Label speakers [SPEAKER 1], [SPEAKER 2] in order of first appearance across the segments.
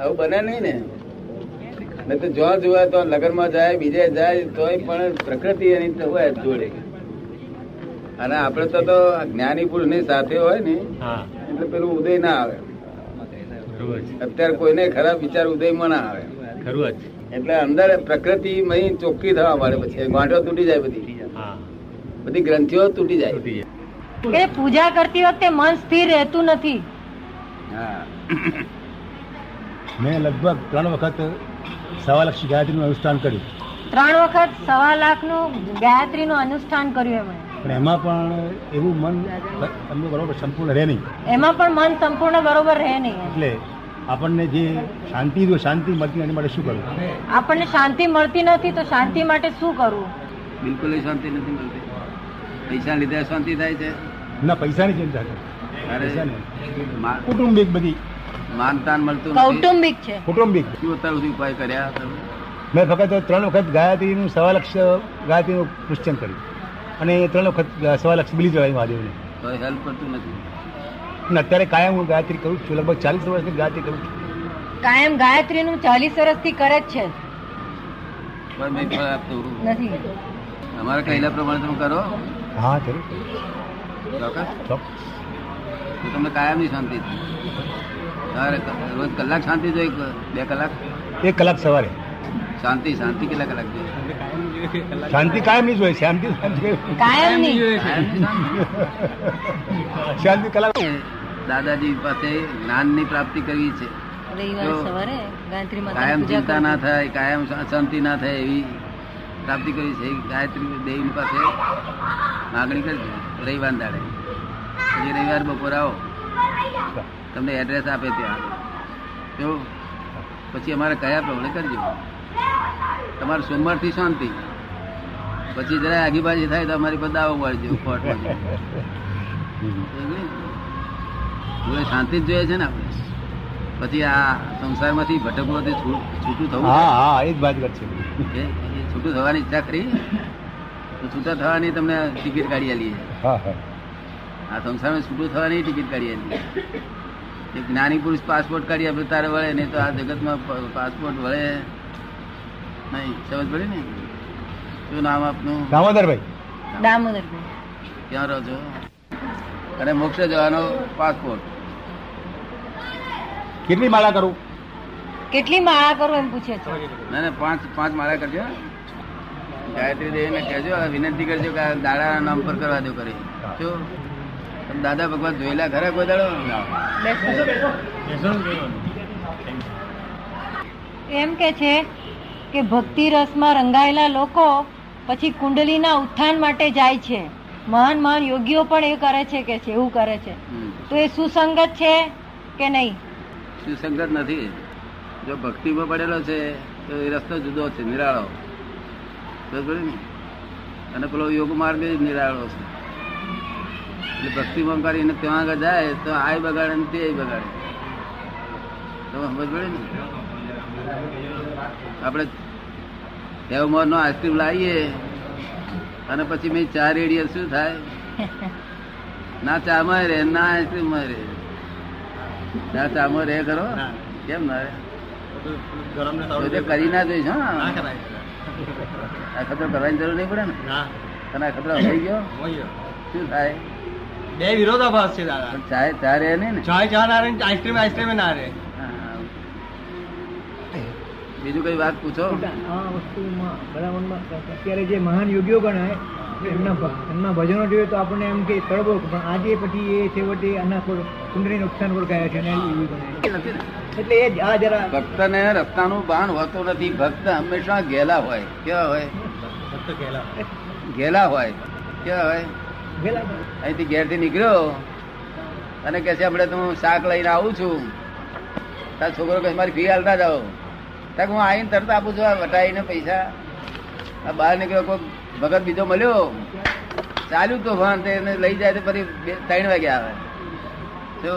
[SPEAKER 1] આવું બને નહીં ને નહીં તો જ્યાં જોવા તો લગનમાં જાય બીજે જાય તોય પણ પ્રકૃતિ એની તો હોય જ જોડે અને આપણે તો તો આ જ્ઞાની પુરુષની સાથે હોય ને
[SPEAKER 2] હા
[SPEAKER 1] એટલે પેલું ઉદય ના આવે
[SPEAKER 2] ખરું જ
[SPEAKER 1] અત્યારે કોઈને ખરાબ વિચાર ઉદયમાં ના આવે
[SPEAKER 2] ખરું જ
[SPEAKER 1] એટલે અંદર પ્રકૃતિમય ચોખ્ખી થવા મળે પછી ગાંઠો તૂટી જાય બધી
[SPEAKER 2] હા
[SPEAKER 1] બધી ગ્રંથિઓ તૂટી જાય
[SPEAKER 2] તૂટી
[SPEAKER 3] કે પૂજા કરતી વખતે મન સ્થિર રહેતું નથી
[SPEAKER 1] હા
[SPEAKER 4] મેં લગભગ ત્રણ વખત સવા લાખ ગાયત્રીનું અનુષ્ઠાન કર્યું
[SPEAKER 3] ત્રણ વખત સવા લાખનું ગાયત્રીનું અનુષ્ઠાન કર્યું એમણે
[SPEAKER 4] પણ એમાં પણ એવું મન તમને બરાબર સંપૂર્ણ રહે નહીં
[SPEAKER 3] એમાં પણ મન સંપૂર્ણ બરોબર રહે નહીં
[SPEAKER 4] એટલે આપણને જે શાંતિ જો શાંતિ મળતી એના માટે શું કરવું
[SPEAKER 3] આપણને શાંતિ મળતી નથી તો શાંતિ માટે શું કરવું
[SPEAKER 1] બિલકુલ શાંતિ નથી મળતી પૈસા લીધે શાંતિ થાય છે
[SPEAKER 4] ના પૈસાની ચિંતા કરો પૈસા
[SPEAKER 1] અરે,
[SPEAKER 4] નહીં.
[SPEAKER 1] મા-
[SPEAKER 4] કૌટુંબિક બધી
[SPEAKER 1] માનતાન મળતું નથી
[SPEAKER 3] કૌટુંબિક છે
[SPEAKER 4] કૌટુંબિક
[SPEAKER 1] શું અત્યાર સુધી ઉપાય કર્યા તમે?
[SPEAKER 4] મેં ફક્ત ત્રણ વખત ગાયત્રીનું સવા લક્ષ ગાયત્રીનું પુષ્ચન કર્યું અને એ ત્રણ વખત સવા લક્ષ બિલી ચડાવી મહાદેવને
[SPEAKER 1] તોય હેલ્પ કરતું નથી
[SPEAKER 4] અને અત્યારે કાયમ હું ગાયત્રી કરું જ છું લગભગ ચાલીસ વર્ષની ગાયત્રી કરું છું
[SPEAKER 3] કાયમ ગાયત્રીનું ચાલીસ વર્ષથી કરે જ છે
[SPEAKER 1] પણ મેં ફળ આપતું રહું.
[SPEAKER 3] નથી
[SPEAKER 1] અમારે કહેલા પ્રમાણે તમે કરો
[SPEAKER 4] હા જરૂર
[SPEAKER 1] ચોક્કસ
[SPEAKER 4] ચોક્કસ.
[SPEAKER 1] તો તમને કાયમની શાંતિ છે તમારે ક- રોજ કલાક શાંતિ જોઈએ કે બે કલાક
[SPEAKER 4] એક કલાક સવારે
[SPEAKER 1] શાંતિ શાંતિ કેટલા કલાક જોઈએ
[SPEAKER 4] શાંતિ કાયમ નહીં જોઈએ શાંતિ શાંતિ
[SPEAKER 3] કાયમની
[SPEAKER 1] કાયમની શાંતિ?
[SPEAKER 4] શાંતિ કલાક
[SPEAKER 1] દાદાજી પાસે જ્ઞાનની પ્રાપ્તિ કરવી છે
[SPEAKER 3] રવિવાર સવારે ગાયત્રી
[SPEAKER 1] કાયમ
[SPEAKER 3] માતાની પૂજા
[SPEAKER 1] ચિંતા ના
[SPEAKER 3] કરવી.
[SPEAKER 1] થાય કાયમ શાંતિ ના થાય એવી પ્રાપ્તિ કરવી છે એવી ગાયત્રી દેવીની પાસે માગણી કરજો રવિવાર દાડે પછી રવિવાર બપોર આવો તમને એડ્રેસ આપે ત્યાં તો પછી અમારે કયા પ્રમાણે કરજો તમારે સોમવારથી શાંતિ પછી જરા આગીબાજી થાય તો અમારી પર દાવો મળજો કોર્ટમાં જઈને. સમજ્યું? હવે શાંતિ જ જોઈએ છે ને આપણે પછી આ સંસારમાંથી ભટકવાથી છૂટ- છૂટું થવું છે.
[SPEAKER 4] હા હા એ જ વાત વાત છે
[SPEAKER 1] એ- એ છૂટું થવાની ઈચ્છા કરી તો છૂટા થવાની તમને ટિકિટ કાઢી આલી છે.
[SPEAKER 4] હા હા
[SPEAKER 1] આ સંસારમાં છૂટું થવાની ટિકિટ કાઢી આલી છે. એક જ્ઞાની પુરુષ પાસપોર્ટ કાઢી આપે તારે વળે નહીં તો આ જગતમાં પ- પાસપોર્ટ વળે નહીં સમજ પડી ને શું નામ આપનું
[SPEAKER 4] દામોદરભાઈ
[SPEAKER 3] દામોદરભાઈ
[SPEAKER 1] ક્યાં રહો છો અને મોક્ષે જવાનો પાસપોર્ટ
[SPEAKER 4] કેટલી માળા કરું
[SPEAKER 3] કેટલી માળા કરો એમ પૂછે છે
[SPEAKER 1] ના ના પાંચ પાંચ માળા કરજો ગાયત્રી દેવીને કહેજો હવે વિનંતી કરજો કે આ દાદાના નામ પર કરવા દો કરી જો તમે દાદા ભગવાન જોયેલા ખરા કોઈ દાડો
[SPEAKER 3] એમ કે છે કે ભક્તિ રસમાં રંગાયેલા લોકો પછી કુંડલીના ઉત્થાન માટે જાય છે મહાન મહાન યોગીઓ પણ એ કરે છે કે છે એવું કરે છે
[SPEAKER 1] હમ.
[SPEAKER 3] તો એ સુસંગત છે કે નહીં
[SPEAKER 1] સુસંગત નથી જો ભક્તિમાં પડેલો છે તો એ રસ્તો જુદો છે નિરાળો સમજ પડી ને? અને પેલો યોગ માર્ગ એ જ નિરાળો છે એટલે ભક્તિમાં કરીને ત્યાં આગળ જાય તો આ બગાડે ને તે બગાડે તમે સમજ પડે ને આપણે હેવમોરનો આઈસ્ક્રીમ લાવીએ અને પછી મેં ચા રેડીએ શું થાય ના ચામાં રે ના આઈસ્ક્રીમમાં રે ના ચામાં રે કરો કેમ ના રે તો તે કરી ના જોઈશ હા આ ખતરો કરવાની જરૂર નહીં પડે ને તને આ ખતરો થઈ ગયો શું થાય
[SPEAKER 2] બે વિરોધાભાસ છે દાદા
[SPEAKER 1] પણ ચા ચા રે નહીં ને
[SPEAKER 2] ચાય ચા ના રે આઈસ્ક્રીમ આઈસ્ક્રીમ ના રે
[SPEAKER 1] હા. બીજું કઈ વાત પૂછો
[SPEAKER 5] આ વસ્તુમાં ભલામણમાં અત્યારે જે મહાન યોગીઓ ગણાય એમના ભ- એમના ભજનો જોઈએ તો આપણને એમ કે તળબો પણ આજે પછી એ છેવટે આના પર કુંડળી નુકસાન પર ગયા છે અને યોગી ગણાય
[SPEAKER 1] નથી ને
[SPEAKER 5] એટલે એ જ આ જરા
[SPEAKER 1] ભક્તને રસ્તાનું ભાન હોતું નથી ભક્ત હંમેશા ગેલા હોય કેવા હોય ગેલા હોય કેવા હોય
[SPEAKER 5] વેલા
[SPEAKER 1] અહીંથી ઘેરથી નીકળ્યો અને કહે છે આપણે તો હું શાક લઈને આવું છું તાર છોકરો કહે મારી ફી હાલતા જાઓ તાક હું આવીને તરત આપું છું આ વટાઈને પૈસા આ બહાર નીકળ્યો કોઈ ભગત બીજો મળ્યો ચાલ્યું તો ભાન તે એને લઈ જાય તો ફરી બે ત્રણ વાગે આવે જો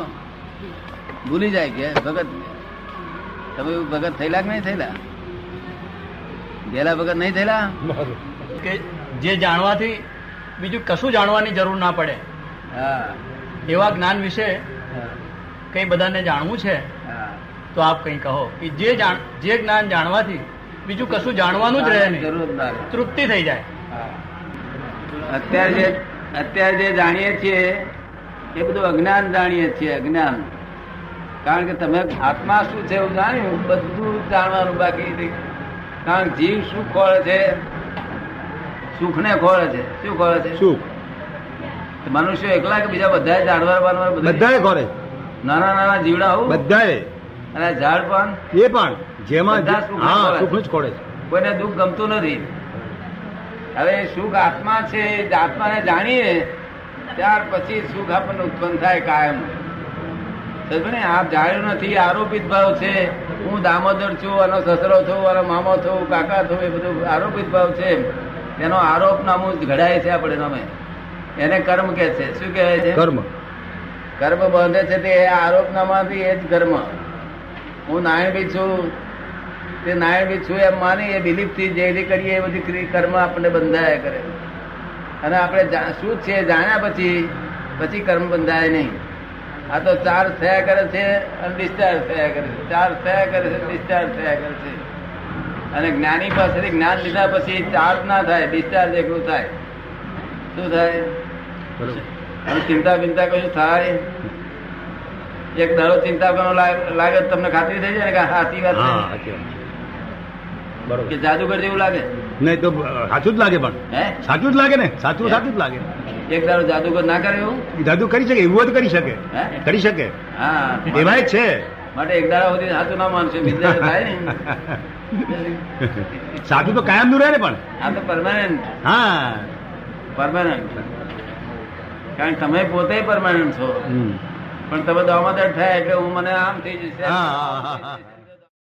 [SPEAKER 1] ભૂલી જાય કે ભગત તમે એવું ભગત થયેલા કે નહીં થયેલા ગેલા ભગત નહીં થયેલા
[SPEAKER 2] કે જે જાણવાથી બીજું કશું જાણવાની જરૂર ના પડે
[SPEAKER 1] હા
[SPEAKER 2] એવા જ્ઞાન વિશે
[SPEAKER 1] હા,
[SPEAKER 2] કઈ બધાને જાણવું છે
[SPEAKER 1] હા
[SPEAKER 2] તો આપ કંઈ કહો કે જે જાણ જે જ્ઞાન જાણવાથી બીજું કશું જાણવાનું જ રહે નહીં
[SPEAKER 1] જરૂર જ ના રહે.
[SPEAKER 2] તૃપ્તિ થઈ જાય
[SPEAKER 1] અત્યારે જે અત્યારે જે જાણીએ છીએ એ બધું અજ્ઞાન જાણીએ છીએ અજ્ઞાન કારણ કે તમે આત્મા શું છે એવું જાણ્યું બધું જાણવાનું બાકી છે. કારણ કે જીવ શું ખોળે છે સુખને ખોળે છે શું ખોળે છે
[SPEAKER 4] શું
[SPEAKER 1] મનુષ્ય એકલા કે બીજા બધા જાનવર વાનવર બધા
[SPEAKER 4] બધાએ ખોરે
[SPEAKER 1] નાના નાના જીવડા આવું
[SPEAKER 4] બધાએ
[SPEAKER 1] અને આ ઝાડ પણ
[SPEAKER 4] એ પણ જેમાં
[SPEAKER 1] બધા સુખને
[SPEAKER 4] હા
[SPEAKER 1] ખોળે.
[SPEAKER 4] સુખનું જ ખોળે છે
[SPEAKER 1] કોઈને દુઃખ ગમતું નથી હવે સુખ આત્મા છે એ આત્માને જાણીએ ત્યાર પછી સુખ આપણને ઉત્પન્ન થાય કાયમ સમજો ને આપ જાણ્યું નથી આરોપિત ભાવ છે હું દામોદર છું આનો સસરો છું આનો મામો છું કાકા છું એ બધું આરોપિત ભાવ છે એનો આરોપ નામું ઘડાય છે આપણે નામે એને કર્મ કે છે શું કહેવાય છે
[SPEAKER 4] કર્મ
[SPEAKER 1] કર્મ બાંધે છે તે આરોપનામાંથી એ જ કર્મ હું નાયણભી છું તે નાયણભી છું એમ માની એ બિલીફથી જે જે કરીએ એ બધી ક્રિ- કર્મ આપણને બંધાયા કરે અને આપણે જા- શું છે એ જાણ્યા પછી પછી કર્મ બંધાય નહીં આ તો ચાર થયા કરે છે અને ડિસ્ચાર્જ થયા કરે છે ચાર થયા કરે છે ડિસ્ચાર્જ થયા કરે છે અને જ્ઞાની પાસેથી જ્ઞાન લીધા પછી ચાર્જ ના થાય ડિસ્ચાર્જ એકલું થાય શું થાય
[SPEAKER 4] બરોબર
[SPEAKER 1] અને ચિંતા બિંતા કશું થાય એક દાડો ચિંતા કરવાનો લાગ- લાગે તો તમને ખાતરી થઈ જાય ને કે સાચી વાત
[SPEAKER 4] હા
[SPEAKER 1] છે?
[SPEAKER 4] સાચી વાત છે. બરોબર
[SPEAKER 1] કે જાદુગર જેવું લાગે
[SPEAKER 4] નહીં તો અ, સાચું જ લાગે પણ
[SPEAKER 1] હે
[SPEAKER 4] સાચું જ લાગે ને સાચું સાચું જ લાગે
[SPEAKER 1] એક દાડો જાદુગર ના કરે એવું
[SPEAKER 4] જાદુ કરી શકે એવું જ કરી શકે
[SPEAKER 1] હે
[SPEAKER 4] કરી શકે
[SPEAKER 1] હા
[SPEAKER 4] એમાં છે
[SPEAKER 1] માટે એક દાડા સુધી સાચું ના માનશે બીજે દાડે થાય ને
[SPEAKER 4] સાચું તો કાયમ રહે ને પણ
[SPEAKER 1] આ તો પરમાનન્ટ
[SPEAKER 4] હા
[SPEAKER 1] પરમાનન્ટ કારણ કે તમે પોતે પરમાનન્ટ છો
[SPEAKER 4] હમ.
[SPEAKER 1] પણ તમે દામોદર થયા એટલે હું મને આમ થઈ જશે
[SPEAKER 4] હા, હા, હા, હા.